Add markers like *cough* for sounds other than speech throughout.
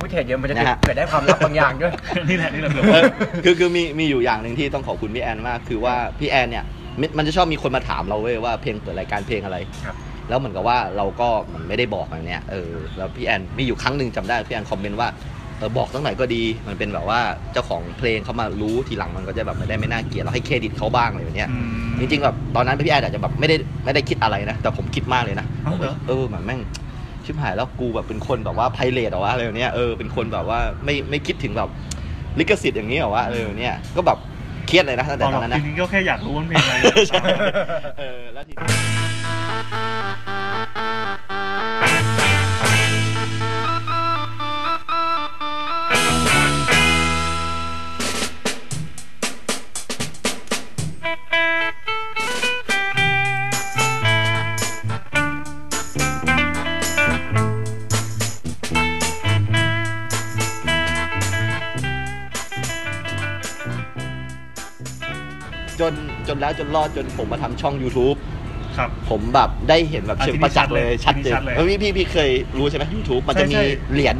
ผู้เทรดเยอะมันจะ นะฮะ เกิดได้ความลับบางอย่างด้วย นี่แหละนี่แหละเบื่อ เออ *laughs* คือคือมีมีอยู่อย่างหนึ่งที่ต้องขอบคุณพี่แอนมากคือว่าพี่แอนเนี่ยมิมันจะชอบมีคนมาถามเราเว้ยว่าเพลงเปิดรายการเพลงอะไร ครับ แล้วเหมือนกับว่าเราก็เหมันไม่ได้บอกแบบเนี้ยเออแล้วพี่แอนมีอยู่ครั้งหนึ่งจำได้พี่แอนคอมเมนต์ว่าเออบอกตั้งหน่อยก็ดีมันเป็นแบบว่าเจ้าของเพลงเขามารู้ทีหลังมันก็จะแบบไม่ได้ไม่น่าเกลียดเราให้เครดิตเขาบ้างอะไรแบบเนี้ย อืม จริงๆแบบตอนนั้นพี่แอนอาจจะแบบไม่ได้ไม่ได้คิดอะไรนะแต่ผมคิดมากเลยนะ เอ้าเหรอ เออแบบแม่งชิบหายแล้วกูแบบเป็นคนแบบว่าไพเรตเหรอวะอะไรแบบเนี้ยเออเป็นคนแบบว่าไม่ไม่คิดถึงแบบลิขสิทธิ์อย่างนี้เหรอวะอะไรแบบเนี้ยก็แบบเครียดเลยนะตั้งแต่ เอาห ต ร อ อน ก นั้น จ นะ ริงๆก็แค่อยากรู้ว่ามันเป็นอะไร ใช่เออแล้วทีนี้จนจนแล้วจนรอดจนผมมาทำช่อง YouTube ครับ ผมแบบได้เห็นแบบ อ่ะ เชิง ทีนี้ ประจักษ์เลย ชั ชัด ด เจ เลนยทีนี้ชัดเลย เออพี่พี่พี่เคยรู้ใช่ไหมยูทูบมันจะ ใช่ มี ใช่ เหรียญ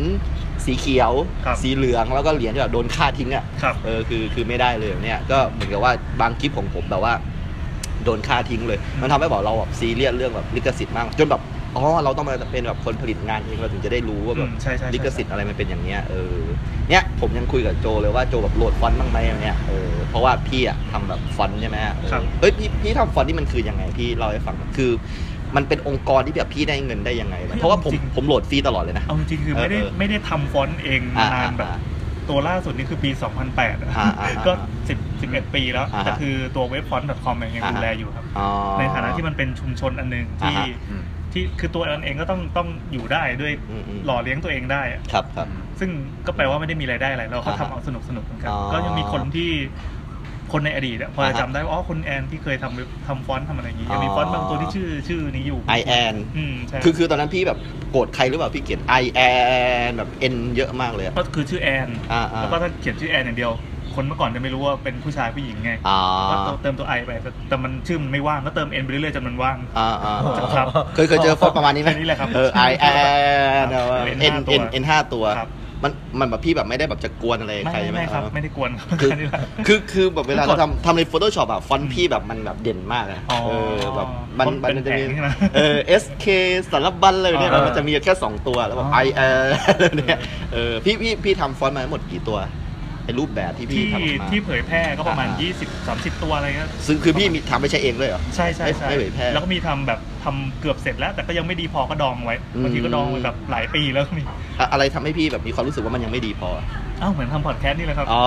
สีเขียว ครับ สีเหลืองแล้วก็เหรียญที่แบบโดนฆ่าทิ้งอ่ะ ครับ เออคือคือไม่ได้เลยแบบเนี่ยก็เหมือนกับว่าบางคลิปของผมแบบว่า โดนฆ่าทิ้งเลย มันทำให้บอกเราแบบซีเรียสเรื่องแบบลิขสิทธิ์มาก จนแบบอ๋อเราต้องมาเป็นแบบคนผลิตงานเองเราถึงจะได้รู้ว่าแบบ อืมใช่ใช่ใช่ ลิขสิทธิ์อะไรมันเป็นอย่างเนี้ยเออเนี่ยผมยังคุยกับโจเลยว่าโจแบบโหลดฟอนต์บ้างไหมเนี่ยเออเพราะว่าพี่อะทำแบบฟอนต์ใช่ไหมเออ ครับ เอ้ยพี่พี่ทำฟอนต์นี่มันคือยังไงพี่เล่าให้ฟังหน่อยคือ มันเป็นองค์กรที่แบบพี่ได้เงินได้ยังไงนะ เฮ้ย เพราะว่าผม จริง ผมโหลดฟรีตลอดเลยนะ เอาจริงๆคือไม่ได้ เออเออ ไม่ได้ทำฟอนต์เอง อ่า มานา อ่าน แบบ อ่า ตัวล่าสุดนี่คือปี 2008อะ อ่าอ่าอ่า ก็ 10 11 ปีแล้ว อ่าฮะ แต่คือตัวเว็บฟอนต์ .com ยัง อ่าฮะ ดูแลอยู่ครับ อ๋อ ในฐานะที่มันเป็นชุมชนอันหนึงที่ อ่าฮะ อืม ที่คือตัวมันเองก็ต้องต้องอยู่ได้ด้วย อืมอืม หล่อเลี้ยงตัวเองได้อะ ครับครับ ซึ่งก็แปลว่าไม่ได้มีรายได้อะไรเราก็ อ่าฮะ ทำเอาสนุกสนุกๆเหมือนกัน อ๋อ ก็ยังมีคนที่คนในอดีตอะพอจะ อ่าฮะ จำได้ว่าอ๋อคนแอนที่เคยทำเว็บทำฟอนต์ทำอะไรอย่างงี้ยังมี อ๋อ ฟอนต์บางตัวที่ชื่อชื่อนี้อยู่ ไอแอน อืมใช่ คือคือตอนนั้นพี่แบบโกรธใครหรือเปล่าพี่เขียนไอแอนแบบเอ็นเยอะมากเลยอะ ก็คือชื่อแอน อ่าอ่า แล้วก็ถ้าเขียนชื่อแอนอย่างเดียว คนเมื่อก่อนจะไม่รู้ว่าเป็นผู้ชายผู้หญิงไง อ่า ก็เติมตัวไอไปแต่แต่มันชื่อมันไม่ว่างก็เติมเอ็นไปเรื่อยๆจนมันว่าง อ่าอ่า ครับ เคยเคยเจอฟอนต์ประมาณนี้ไหม แค่นี้แหละครับ เออไอแอน ครับ เอ็น N เอ็นเอ็นห้าตัว ครับ มันมันแบบพี่แบบไม่ได้แบบจะกวนอะไร ไม่ ใครใช่ไหม ไม่ครับ ไม่ได้กวนครับ คือ *laughs* แค่นี้แหละ คือคือแบบเวลา เมื่ เรา อก่อน ทำทำใน Photoshop อะฟอนต์พี่แบบมันแบบเด่นมากอะ อ๋อ เออแบบมัน เพ มั ราะ น มัน จะมี เป็นแผงใช่ไหม เออ SK สารบัญอะไรเนี่ย อ๋อ มันจะมีแค่ 2 ตัวแล้วแบบ อ๋อ I L เนี่ยเออพี่พี่พี่ทำฟอนต์มาทั้งหมดกี่ตัวไอรูปแบบที่พี่ ที่ ทำออกมา ที่เผยแพร่ก็ประมาณ อ่า 20 30 ตัวอะไรเงี้ย ซึ่งคือพี่มีทำไม่ใช่เองเลยเหรอ ใช่ใช่ใช่ ไม่ไม่เผยแพร่ แล้วก็มีทำแบบทำเกือบเสร็จแล้ว แต่ก็ยังไม่ดีพอก็ดองไว้ อืม บางทีก็ดองไว้แบบหลายปีแล้วก็มี อะอะไรทำให้พี่แบบมีความรู้สึกว่ามันยังไม่ดีพออะ อ้าวเหมือนทำพอดแคสต์นี่แหละครับ อ๋อ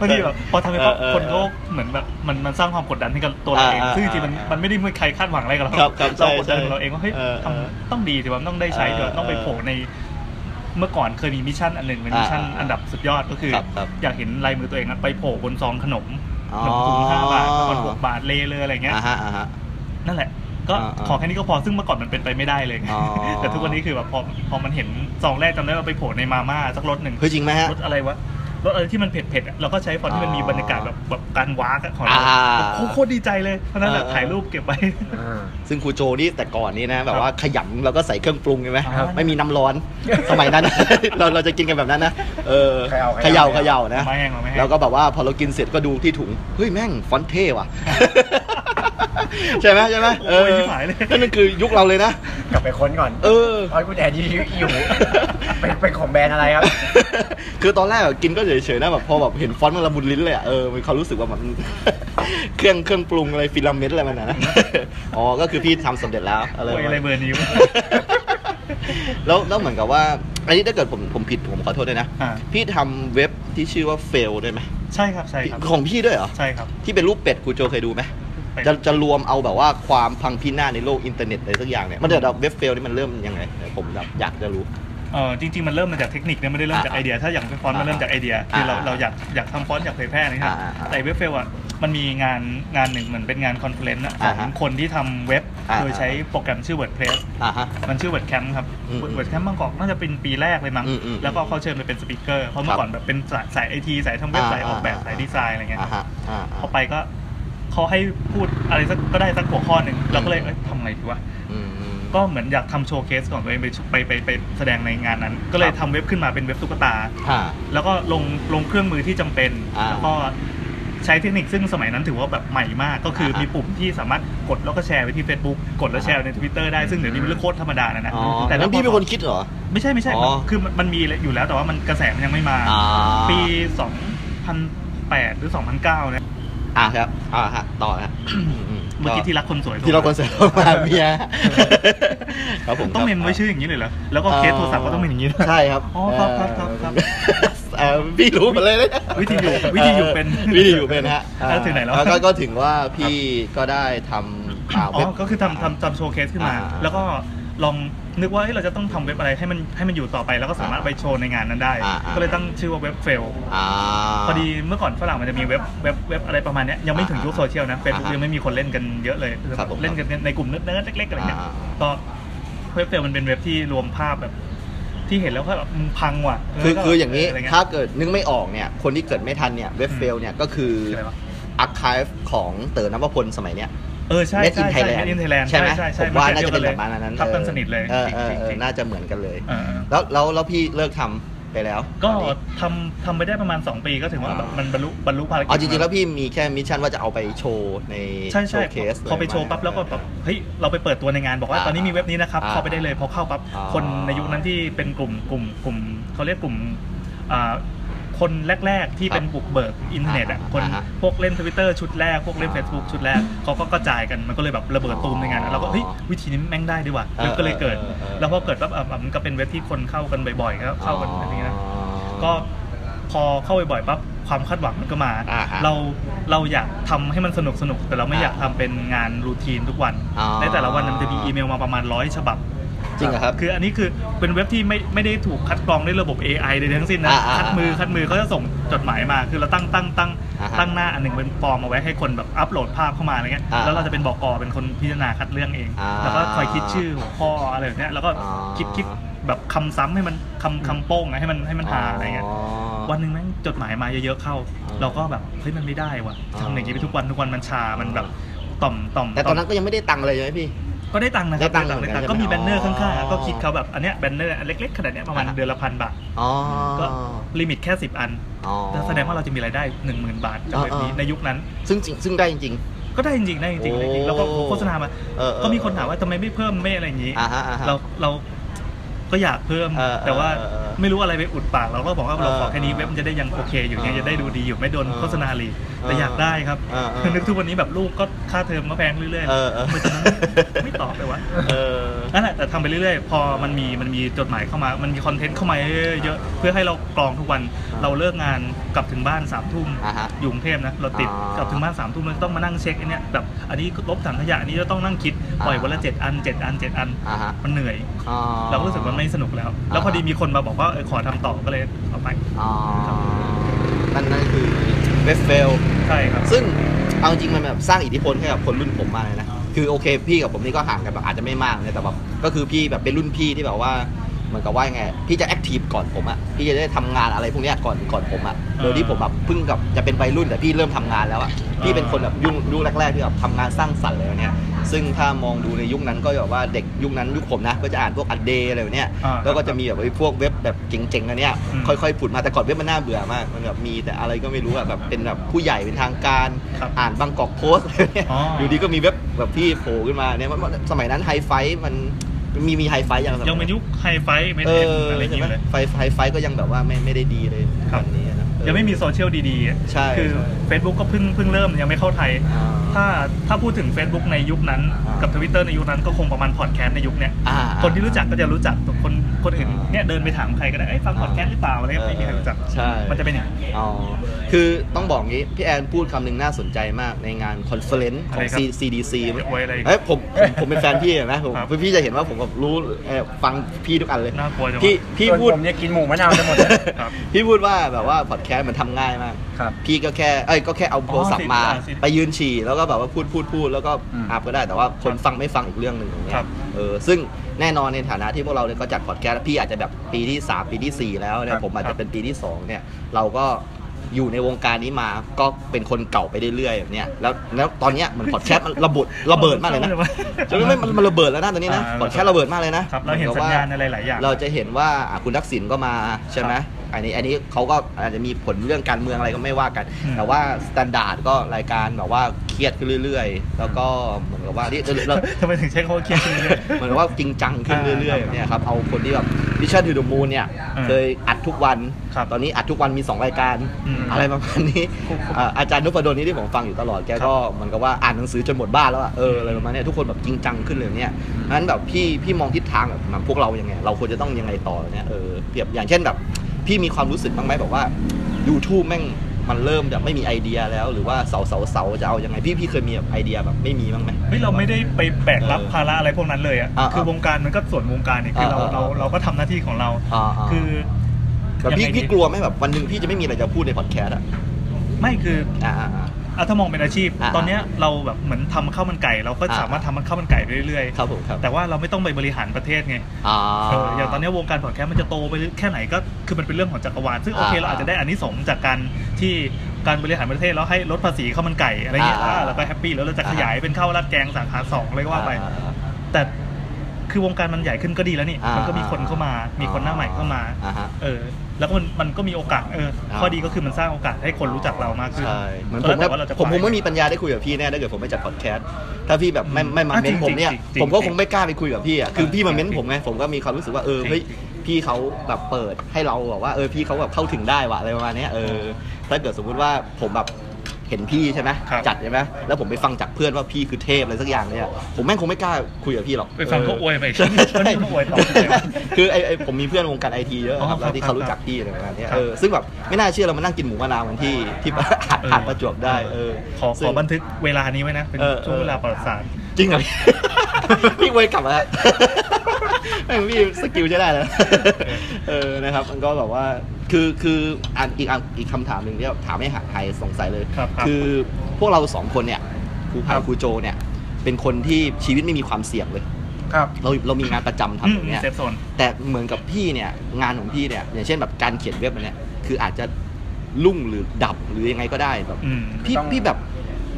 บางทีแบบ *laughs* พอทำไปปั๊บ เออเออ คนเขาเหมือนแบบมันมันสร้างความกดดันให้กับตัวเราเอง อ่าอ่า ซึ่งจริงๆมัน อ่ามั มันไม่ได้มีใครคาดหวังอะไรกับเรา ครับครับใช่ เรากดดัน ใช่ กับเราเองว่าเฮ้ย เออเออ ทำต้องดีสิว่าต้องได้ใช้ เออ เดี๋ยวต้องไปโผล่ใน เมื่อก่อนเคยมีมิชชั่นอันหนึ่งเป็นมิชชั่น อ่าอ่า อันดับสุดยอดก็คือ ครับครับ อยากเห็นลายมือตัวเองอะไปโผล่บนซองขนม อ๋อ ขนมถุงห้าบาทขนมหกบาทเลเลยอะไรเงี้ย อ่าฮะอ่าฮะ นั่นแหละ ก็ อ่าอ่า ขอแค่นี้ก็พอซึ่งเมื่อก่อนมันเป็นไปไม่ได้เลยไง อ๋อ แต่ทุกวันนี้คือแบบพอพอมันเห็นซองแรกจำได้ว่าไปโผล่ในมาม่าสักรสหนึ่ง เฮ้ยจริงไหมฮะ รสอะไรวะรสอะไรที่มันเผ็ดๆอะเราก็ใช้ฟอนต์ที่มันมีบรรยากาศแบบแบบการวากอะของเรา อ่า โอ้โหโคตรดีใจเลยเพราะฉะนั้นแหละ อ่า ถ่ายรูปเก็บไว้ อ่า ซึ่งครูโจนี่แต่ก่อนนี่นะแบ ครับ บ ว่าขยำแล้วก็ใส่เครื่องปรุงใช่ไหม ครับ ไม่มีน้ำร้อน *laughs* สมัยนั้น เราเราจะกินกันแบบนั้นนะเออ เขย่า เข เข ย่า ย่า เขย่านะ ไม่แห้งหรอไม่แห้ง แล้วก็แบบว่าพอเรากินเสร็จก็ดูที่ถุงเฮ้ยแม่งฟอนต์เท่ว่ะ *laughs* ใช่ไหมใช่ไหมเอ โอ้ อย ที่หายเลย นั่นคือยุคเราเลยนะ กลับไปค้นก่อน เออ *laughs* ไอ้กูแต่ดีอยู่ เป็นเป็นของแบรนด์อะไรครับ คือตอนแรกอะกินก็เฉยๆนะแบบพอแบบเห็นฟอนต์มันละมุนลิ้นเลยอะเออมันเขามรู้สึกว่ามัน *laughs* เครื่องเครื่องปรุงอะไรฟิลาเมนต์อะไรมันอะนะ *laughs* อ๋อก็คือพี่ทำสำเร็จแล้วอะไรป โอ้ย ระมาณอะไรเบอร์นี้วะ แล้วแล้วเหมือนกับว่าอันนี้ถ้าเกิดผมผมผิดผมขอโทษด้วยนะ อ่า พี่ทำเว็บที่ชื่อว่า fail ได้ไหม ใช่ครับใช่ครับ ของพี่ด้วยเหรอ ใช่ครับ ที่เป็นรูปเป็ดครูโจเคยดูไหม เป็ด จะจะรวมเอาแบบว่าความพังพินาศในโลกอินเทอร์เน็ตอะไรสักอย่างเนี่ย มันเดี๋ยวเว็บ fail นี่มันเริ่มยังไงเดี๋ยวผมแบบอยากจะรู้ เออจริงๆมันเริ่มมาจากเทคนิคนะไม่ได้เริ่มจาก อ่า ไอเดีย ถ้าอย่างฟอนต์มันเริ่มจากไอเดียคือเรา อ่า เราอยากอยากทำฟอนต์อยากเผยแพร่นะครับ อ่าอ่า แต่เว็บเฟลอ่ะมันมีงานงานหนึ่งเหมือนเป็นงานคอนเฟลเลนซ์ข อ่า อง ฮะ คนที่ทำเว็บ อ่า โดยใช้โปรแกรมชื่อ WordPress อ่าฮะ มันชื่อเวิร์ดแคมป์ครับ อืม เวิร์ดแคมป์บางกอกน่าจะเป็นปีแรกเลยมั้ง อืมอืม แล้วก็เขาเชิญไปเป็นสปีกเกอร์เพราะเมื่อก่อนแบบเป็นสายสายไอทีสายทำเว็บ อ่า สายออกแบบ อ่า สายดีไซน์อะไรเงี้ย อ่าฮะอ่าอ่า พอไปก็เขาให้พูดอะไรสักก็ได้สักหัวข้อหนึ่งเราก็เลย อืม เอ้ยทำไงดีวะ อืมอืม ก็เหมือนอยากทำโชว์เคสของตัวเองไปไปไปไปแสดงในงานนั้น ก็เลย ครับ ทำเว็บขึ้นมาเป็นเว็บตุ๊กตา อ่า แล้วก็ลงลงเครื่องมือที่จำเป็น อ่า แล้วก็ใช้เทคนิคซึ่งสมัยนั้นถือว่าแบบใหม่มาก ก็คือ อ่าฮะ มีปุ่มที่สามารถกดแล้วก็แชร์ไปที่ Facebook กดแล้วแชร์ไปใน Twitter ได้ซึ่งเดี๋ยวนี้มันเรื่องโคตรธรรมดานะนะ อ๋อ แต่ แล้วพี่เป็นคนคิดเหรอ ไม่ใช่ไม่ใช่ อ๋อ คือมันมันมีอยู่แล้วแต่ว่ามันกระแสมันยังไม่มา อ่า ปี 2008 หรือ 2009นะ อ่าครับอ่าฮะต่อฮะ เมื่อกี้ที่รักคนสวย ที่เราคอนเสิร์ตมา *laughs* เมียครับผม ต้องเมนไว้ อ ชื่ออย่างนี้เลยเหรอแล้วก็เคสโทรศัพท์ก็ต้องเป็นอย่างนี้ด้วย ใช่ครับ อ๋อครับครับครับครับ เอ่อพี่รู้หมดเลยนะ วิธีอยู่วิธีอยู่เป็น วิธีอยู่เป็นฮะ แล้วถึงไหนแล้ว ก็ก็ถึงว่าพี่ก็ได้ทำอ่า อ๋ เว็บ อ ก็คือทำทำทำโชว์เคสขึ้นมา อ่า แล้วก็ลองนึกว่าเอ้ยเราจะต้องทำเว็บอะไรให้มันให้มันอยู่ต่อไปแล้วก็สามารถ อ่า ไปโชว์ในงานนั้นได้ อ่าอ่า ก็เลยตั้งชื่อว่าเว็บเฟล อ่า พอดีเมื่อก่อนฝรั่งมันจะมีเว็บเว็บเว็บอะไรประมาณเนี้ยยังไม่ถึง อ่า ยุคโซเชียลนะเฟซบุ๊ก อ่าฮะ ยังไม่มีคนเล่นกันเยอะเลย ครับผม เล่นกันในกลุ่มเนิร์ดๆเล็กๆอะไรเงี้ย อ่า ก็เว็บเฟลมันเป็นเว็บที่รวมภาพแบบ ที่เห็นแล้วก็แบบมึงพังว่ะ คือ แล้วก็ คืออย่างนี้ ะไรเ ถ้าเกิดนึกไม่ออกเนี่ย คนที่เกิดไม่ทันเนี่ยเว็บเฟลเนี่ยก็คือ ใช่ไหมวะ อาร์คายของเต๋อนวพลสมัยเนี้ย เออใช่ เน็ตอิ ใช่ นไท ใช่ ยแลน เน็ตอินไทยแลนด์ ใช่ไหม ใช่ใช่ ผมว่าน่าจะเป็น มั แบบนั้นนั้น ทับกันสนิทเลย เออเออเอ จ อ ริงๆๆ น่าจะเหมือนกันเลย เออ แล้วแล้วแล้วพี่เลิกทำไปแล้ว ก็ ตอนนี้ ทำทำไปได้ประมาณ 2 ปีก็ถือว่า อ่า แบบมันบรรลุบรรลุภารกิจ อ๋อจริงๆแล้วพี่มีแค่มิชชั่นว่าจะเอาไปโชว์ใน ใช่ใช่ ว์เคส พอไปโชว์ปั๊บแล้วก็แบบเฮ้ยเราไปเปิดตัวในงานบอกว่า อ่า ตอนนี้มีเว็บนี้นะครับ อ่า เข้าไปได้เลยพอเข้าปั๊บ อ่า คนในยุคนั้นที่เป็นกลุ่มกลุ่มกลุ่มเขาเรียกกลุ่มอ่าคนแรก ๆ ที่เป็นบุกเบิกอินเทอร์เน็ตอ่ะ อ่า คน อ่าฮะ พวกเล่นทวิตเตอร์ชุดแรกพวกเล่น อ่า Facebook ชุดแรกเขาก็กระจายกันมันก็เลยแบบระเบิดตูมในงานแล้วก็เฮ้ยวิธีนี้แม่งได้ดีว่ะ เออ ก็เลยเกิด เออเออ แล้วพอเกิดปั๊บอ่ะมันก็เป็นเว็บที่คนเข้ากันบ่อยๆก็เข้ากันอะไรอย่างเงี้ยนะ ก็พอเข้าไปบ่อยปั๊บความคาดหวังมันก็มา อ่าฮะ เราเราอยากทำให้มันสนุกสนุกแต่เราไม่อยากทำเป็นงานรูทีนทุกวัน อ๋อ ในแต่ละวันมันจะมีอีเมลมาประมาณร้อยฉบับ จริงเหรอครับ คืออันนี้คือเป็นเว็บที่ไม่ไม่ได้ถูกคัดกรองด้วยระบบ AI ใดๆทั้งสิ้นนะ อ่าอ่า คัดมือคัดมือเขาจะส่งจดหมายมา คือเราตั้งตั้งตั้ง อ่าฮะ ตั้งหน้าอันหนึ่งเป็นฟอร์มเอาไว้ให้คนแบบอัปโหลดภาพเข้ามาอะไรเงี้ย อ่า แล้วเราจะเป็นบอกอเป็นคนพิจารณาคัดเรื่องเอง อ่า แล้วก็คอยคิดชื่อหัวข้ออะไรแบบเนี้ยแล้วก็ อ๋อ คิดคิดแบบคำซ้ำให้มันคำคำโป้งอะให้มันให้มันหาอะไรเงี้ย วันหนึ่งแม่งจดหมายมาเยอะๆเข้า อ๋อ เราก็แบบเฮ้ยมันไม่ได้ว่ะ อ๋อ ทำอย่างนี้ไปทุกวันทุกวันมันชามันแบบต่อมต่อม แต่ตอนนั้นก็ยังไม่ได้ตังค์เลยใช่ไหมพี่ ก็ได้ตังค์นะครั ได้ตังค์ ได้ เหมือนกั ตั นใช่งค์ ไหม ก็มีแบนเนอร์ข้างๆ อ๋อ ก็คิดเขาแบบอันเนี้ยแบนเนอร์อันเล็กๆขนาดเนี้ยประมาณ อ่า เดือนละพันบาท อ๋อ ก็ลิมิตแค่ 10 อัน อ๋อ แสดงว่าเราจะมีรายได้ 1 0,000 บาทจากเว็บนี้ อ๋อ ในยุคนั้น ซึ่งจริงซึ่งได้จริง ก็ได้จริงๆได้จริงๆได้จริงๆแล้วก็ โอ้ โฆษณามา เออเออ ก็มีคนถามว่าทำไมไม่เพิ่มไม่อะไรอย่างนี้ ๆอ่าฮะอ่าฮะ เราเราก็อยากเพิ่ม เออ แต่ว่า เออเออ ไม่รู้อะไรไปอุดปาก เราก็บอกว่าเรา เออ ขอแค่นี้เว็บมันจะได้ยังโอเค อยู่เนี่ย เออ จะได้ดูดีอยู่ไม่โดน เออ โฆษณาหลีกแต่ เออ อยากได้ครับ เออเออ นึกทุกวันนี้แบบลูกก็ค่าเทอมก็แพงเรื่อย เออเออ ๆเพราะฉะนั้นไม่ตอบเลยวะ เออ นั่นแหละแต่ทำไปเรื่อยๆ พอมันมีมันมีจดหมายเข้ามา มันมีคอนเทนต์เข้ามาเยอะๆเพื่อให้เรากรองทุกวัน ออ เราเลิกงานกลับถึงบ้านสามทุ่ม อ่าฮะ อยู่กรุงเทพนะเราติด อ๋อก ลับถึงบ้านสามทุ่มเราต้องมานั่งเช็คไอ้เนี่ยแบบอันนี้ลบถังขยะอันนี้จะต้องนั่งคิดปล่อยวันละ อ่า เจ็ดอันเจ็ดอันเจ็ดอัน อ่าฮะ มันเหนื่อย อ๋อ เราก็รู้สึกว่าไม่สนุกแล้ว แล้วพอดีมีคนมาบอกว่าเออขอทำต่อก็เลยเอาไป อ๋อ ครับ นั่นนั่นคือเวฟเฟล ใช่ครับ ซึ่งเอาจริงมันแบบสร้างอิทธิพลให้กับคนรุ่นผมมากเลยนะ คือโอเคพี่กับผมนี่ก็ห่างกันแบบอาจจะไม่มากนะแต่แบบก็คือพี่แบบเป็นรุ่นพี่ที่แบบว่าเหมือนกับว่ายังไงพี่จะแอคทีฟก่อนผมอะพี่จะได้ทำงานอะไรพวกเนี้ยก่อนก่อนผมอะโดยที่ผมแบบเพิ่งกับจะเป็นวัยรุ่นแต่พี่เริ่มทำงานแล้วอะพี่เป็นคนแบบยุ่งยุคแรกๆที่แบบทำงานสร้างสรรค์เลยเนี่ยซึ่งถ้ามองดูในยุคนั้นก็แบบว่าเด็กยุคนั้นยุคผมนะก็จะอ่านพวกอัดเดย์อะไรแบบเนี้ย อ่า แล้วก็จะมีแบบไอ้พวกเว็บแบบเจ๋งๆอันเนี้ย อืม ค่อย ค่อยผุดมาแต่ก่อนเว็บมันน่าเบื่อมาก มันแบบมีแต่อะไรก็ไม่รู้อะแบบเป็นแบบผู้ใหญ่เป็นทางการ ครับ อ่านบางกอกโพสต์ *laughs* อ๋อ อ อ ยู่ดีก็มีเว็บแบบพี่โผล่ขึ้นมาเนี่ยมันมันสมัยนั้นไฮไฟมันมีมีไฮไฟยังสมั ยังเป็นยุคไฮไฟว์ไม่ เอ ได้ อ อะไรอย่าง ใช่ เงี้ ไหม ยเลย ไฟไฮไฟก็ยังแบบว่าไม่ไม่ได้ดีเลย ครับ ตอนนี้นะเออ ยังไม่มีโซเชียลดีๆอะ ใช่ คือ ใช่ Facebook ก็เพิ่งเพิ่งเริ่มยังไม่เข้าไทย อ่า ถ้าถ้าพูดถึง Facebook ในยุคนั้น อ่ากั กับ Twitter ในยุคนั้นก็คงประมาณพอดแคสต์ในยุคเนี้ย อ่า คนที่รู้จักก็จะรู้จักคนคนอื่น อ่า เนี่ยเดินไปถามใครก็ได้เอ้ยฟังพอดแคสต์หรือเปล่าอะไรเงี้ย เออ ไม่มีใครรู้จัก ใช่ มันจะเป็นอย่างนั้น อ๋อคือต้องบอกงี้ พี่แอนพูดคำหนึ่งน่าสนใจมากในงานคอนเฟลเลนซ์ข อะ อ ไรง ครับ C- CDC เก็บไว้อะไรอีก เอ้ยผมผมผมเป็นแฟนพี่เห็นไหมผม ครับ พี่จะเห็นว่าผมแบบรู้เอ่อฟังพี่ทุกอันเลย น่ากลัวจังวะ พี่พี่ ส่วน พูด ผมเนี่ยกินหมูมะนาวจะหมดแล้ว ครับ พี่พูดว่าแบบว่าพอดแคสต์มันทำง่ายมาก ครับ พี่ก็แค่เอ้ยก็แค่เอาโทรศัพ อ๋ ท์ อ มา สิบ ไปยืนฉี่แล้วก็แบบว่าพูดพูดพูดแล้วก็ อืม อัพก็ได้แต่ว่าคนฟังไม่ฟังอีกเรื่องหนึ่งอย่างเงี้ ครั ย บ เออซึ่งแน่นอนในฐานะที่พวกเราเนี่ยก็จัดพอดแคสต์แล้วพี่อาจจะแบบปีที่ 3 ปีทีสี่ 4 แล้วเนี่ ครั ย บ ผมอาจ ครั จะ บ เป็นปีที่ 2 เนี่ย เราก็ อยู่ในวงการนี้มาก็เป็นคนเก่าไปเรื่อยๆแบบเนี้ยแล้วแล้วตอนเนี้ยมันพอดแคสต์มันระบุระเบิดมากเลยนะจะไม่มันมันระเบิดแล้วนะตอนนี้นะ อ่า พอดแคสต์ระเบิดมากเลยนะครับ เราเห็น มือ สั กับ ญ ว่ ญาณอะไรหลายอย่าง เราจะเห็นว่าอ่ะคุณทักษิณก็มาใช่ไหมอันนี้อันนี้เขาก็อาจจะมีผลเรื่องการเมืองอะไรก็ไม่ว่ากัน อืม แต่ว่าสแตนดาร์ดก็รายการแบบว่าเครียดขึ้นเรื่อย ๆ แล้วก็เหมือนกับว่าที่เรา ทำไมถึงใช้คำว่าเครียดขึ้นเรื่อย เหมือนว่าจริงจังขึ้นเรื่อยๆเนี่ยครับเอาคนที่แบบพิชชั่นทูดมูนเนี่ย อืม เคยอัดทุกวัน ครับ ตอนนี้อัดทุกวันมี 2 รายการ อืม อะไรประมาณ *laughs* นี้อ่าอาจารย์นพดลนี่ที่ผมฟังอยู่ตลอดแกก็เหมือนกับว่าอ่านหนังสือจนหมดบ้านแล้วอะเอออะไรประมาณเนี้ยทุกคนแบบจริงจังขึ้นเลยเนี่ยนั้นแบบพี่พี่มองทิศทางแบบพวกเรายังไง เราควรจะต้องยังไงต่อเนี่ยเออเปรียบอย่างเช่นแบบ พี่มีความรู้สึกบ้างไหมแบบว่า YouTube แม่งมันเริ่มแบบไม่มีไอเดียแล้วหรือว่าเสาเสาเสาจะเอายังไงพี่พี่เคยมีแบบไอเดียแบบไม่มีบ้างไหม ๆเฮ้ยเราไม่ได้ไปแบกรับ เออ ภาระอะไรพวกนั้นเลยอ่ะ อ่า คือวงการมันก็ส่วนวงการเนี่ยคือเรา อ่า เรา อ่า เราก็ทำหน้าที่ของเรา อ่าๆ คือ แบบพี่ ยังไงดี พี่กลัวไหมแบบวันหนึ่งพี่จะไม่มีอะไรจะพูดในพอดแคสต์อะ ไม่คือ อ่าอ่าอ่า อ่ะถ้ามองเป็นอาชีพ อ่า ตอนเนี้ยเราแบบเหมือนทำข้าวมันไก่ เราก็ อ่า สามารถทำมันข้าวมันไก่ไปเรื่อย ครับผมครับ ๆแต่ว่าเราไม่ต้องไปบริหารประเทศไง อ่า เอออย่างตอนเนี้ยวงการพอดแคสต์มันจะโตไปแค่ไหนก็คือมันเป็นเรื่องของจักรวาลซึ่งโอเค อ่า เราอาจจะได้อานิสงส์จากการที่การบริหารประเทศแล้วให้ลดภาษีข้าวมันไก่อะไรเงี้ย อ่า อ่าเราก็แฮปปี้แล้วเราจะขยายเป็นข้าวราดแกงสาขาสองเลยก็ว่าไป แต่คือวงการมันใหญ่ขึ้นก็ดีแล้วนี่ อ่ามั มันก็มีคนเข้ามา มีคนหน้าใหม่เข้ามา อ่าฮะ เออ แล้วก็มันมันก็มีโอกาส เออ อ่า ข้อดีก็คือมันสร้างโอกาสให้คนรู้จักเรามากขึ้น ใช่เหมือนผก็แล้ ม วว่าแต่ว่าเราจะ ผมคง ไป ไม่มีปัญญาได้คุยกับพี่แน่ถ้าเกิดผมไม่จัดพอดแคสต์ถ้าพี่แบบไม่ อืม ไม่มา อ่ะ เม้นผมเนี่ย จริงๆจริงๆ ผมก็ จริงๆ คงไม่กล้าไปคุยกับพี่อะคือพี่มา จริงๆ เม้นผมไงผมก็มีความรู้สึกว่าเออเฮ้ย จริง พี่เขาแบบเปิดให้เราแบบว่าเออพี่เขาแบบเข้าถึงได้ว่ะอะไรประมาณเนี้ยเออถ้าเกิดสมมุติว่าผมแบบเห็นพี่ใช่ไหม ครับ จัดใช่ไหมแล้วผมไปฟังจากเพื่อนว่าพี่คือเทพอะไรสักอย่างเนี่ยผมแม่งคงไม่กล้าคุยกับพี่หรอก ไปฟังเขาอวยไปอีก ใช่ เขาไม่อวยต่อเลย คือไอ้ไอ้ผมมีเพื่อนวงการไอทีเยอะครับ อ๋อครับ แล้วที่เขารู้ ครั จั บ กพี่อะไรประมาณเนี้ย ครับ เออซึ่งแบบไม่น่าเชื่อเรามานั่งกินหมูมะนาวกันที่ที่อาด ผ่านประจวบได้เออ ขอข ซึ่ง อบันทึกเวลานี้ไว้นะ เป็น เออ ช่วง เออ เวลาประวัติศาสตร์ จริงเหรอ *laughs* พี่เวยกลับมา *laughs* แล้วแม่งพี่สกิลใช้ได้แล้วเออนะครับ มันก็แบบว่าคือคืออันอีกอันอีกคำถามหนึ่งที่แบบถามให้หาใครสงสัยเลย ครับครับ อพวกเราสองคนเนี่ยครูพา ครับ ครูโจเนี่ย เป็นคนที่ชีวิตไม่มีความเสี่ยงเลย ครับ เราเรามีงานประจำ อื ทำอ ม ย่างเงี้ย เซฟโซน แต่เหมือนกับพี่เนี่ยงานของพี่เนี่ยอย่างเช่นแบบการเขียนเว็บอันเนี่ยคืออาจจะลุ่งหรือดับหรือยังไงก็ได้แบบ อืม พี่พี่แบบ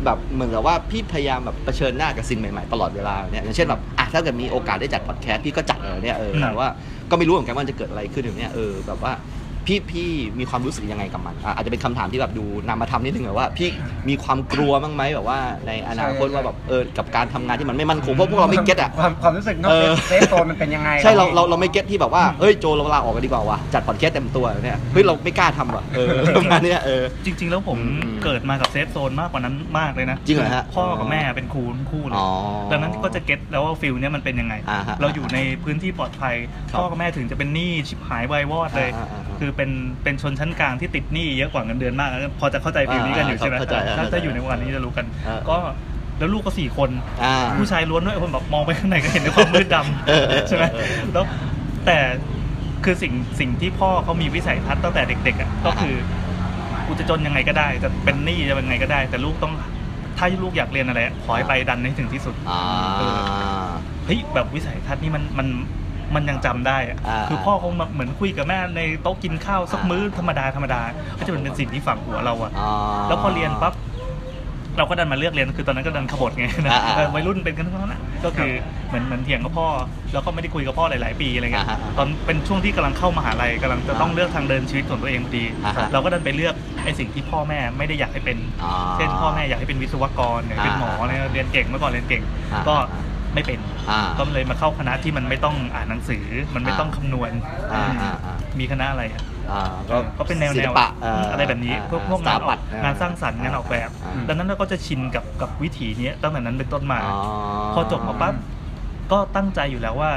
แบบเหมือนกับว่าพี่พยายามแบบเผชิญหน้ากับสิ่งใหม่ๆตลอดเวลาเนี่ยอย่างเช่นแบบอ่ะถ้าเกิดมีโอกาสได้จัดพอดแคสต์พี่ก็จัดเลยเนี่ยเออแต่ว่าก็ไม่รู้เหมือนกันว่ามันจะเกิดอะไรขึ้นอย่างเนี้ยเออแบบว่าพี่พี่มีความรู้สึกยังไงกับมันอ่ะอาจจะเป็นคำถามที่แบบดูนำมาทำนิดนึงแบบว่าพี่มีความกลัวบ้างไหมแบบว่าในอนาคตว่าแบบเออกับการทำงานที่มันไม่มั่นคงเพราะพวกเราไม่เก็ตอ่ะ ความความรู้สึกนอก เออ เซฟโซนมันเป็นยังไง ใช่เราเราเราไม่เก็ตที่แบบว่าเอ้ยโจเราลาออกกันดีกว่าวะจัดพอดแคสต์เต็มตัวเนี่ยเฮ้ยเราไม่กล้าทำว่ะเอ *laughs* อประมาณเนี้ยเออ จริง ๆ แล้วผม อืม เกิดมากับเซฟโซนมากกว่านั้นมากเลยนะ จริงเหรอฮะ พ่อกับแม่เป็นครูทั้งคู่เล อ๋ ย อ ดังนั้นก็จะเก็ตแล้วว่าฟิลเนี้ยมันเป็นยังไง อ่าฮะ เราอยู่ในพื้นที่ปลอดภัย ครับ พ่อกับแม่ถึงจะเป็นหนี้ชิบหายวายวอดเลย อ่าอ่าอ่า คือเป็นเป็นชนชั้นกลางที่ติดหนี้เยอะกว่าเงินเดือนมาก พอจะเข้าใจฟิลนี้กันอยู่ใช่ไหม อ่าเข้าใจ ถ้าถ้าอยู่ในวันนี้จะรู้กัน อ่า ก็แล้วลูกก็สี่คน อ่า ผู้ชายล้วนด้วยคนแบบมองไปข้างในก็เห็นในความมืดด เออเออ ำใช่ไหม เออเออ แล้วแต่คือสิ่งสิ่งที่พ่อเขามีวิสัยทัศน์ตั้งแต่เด็กๆอ่ะก็คือกูจะจนยังไงก็ได้ จะเป็นหนี้จะเป็นไงก็ได้ แต่ลูกต้องถ้าลูกอยากเรียนอะไรอะขอให้ อ่า ไปดันให้ถึงที่สุด อ่า เออเฮ้ยแบบวิสัยทัศน์นี่มันมันมันยังจำได้อะ อ่า คือพ่อคงแบบเหมือนคุยกับแม่ในโต๊ะกินข้าวสัก อ่ามื้ มื้อธรรมดาธรรมดาก็จะเป็นเป็นสิ่งที่ฝังหัวเราอ่ะ อ่า แล้วพอเรียนปั๊บเราก็ดันมาเลือกเรียนคือตอนนั้นก็ดันขบฏไงนะ อ่าอ่า เออวัยรุ่นเป็นกันทั้งนั้นนะก็คือเหมือนเหมือนเถียงกับพ่อ แล้วก็ไม่ได้คุยกับพ่อหลาย ๆ ปีอะไรเงี้ย อ่าฮะ ตอนเป็นช่วงที่กำลังเข้ามหาลัยกำลังจะต้องเลือกทางเดินชีวิตของตัวเองพอดี อ่าฮะ เราก็ดันไปเลือกไอ้สิ่งที่พ่อแม่ไม่ได้อยากให้เป็น อ๋อ เช่นพ่อแม่อยากให้เป็นวิศวกรอยากให้เป็นหมอ อ่า เนี่ยเรียนเก่งเมื่อก่อนเรียนเก่ง อ่า ก็ไม่เป็น อ่า ก็เลยมาเข้าคณะที่มันไม่ต้องอ่านหนังสือ มันไม่ต้องคำนวณ อ่าอ่าอ่า มีคณะอะไรอะ อ่า ก็เป็นแนว ศิ แน ล ว ปะเ อะไรแบบนี้ อ่า พวกพวกงาน สถ อ ปั อ ต ก ย์ งานสร้างสรรค์งานออกแบบ อ่า ดังนั้นเราก็จะชินกับกับวิถีเนี้ยตั้งแต่นั้นเป็นต้นมา พอจบมาปั๊บก็ตั้งใจอยู่แล้วว่า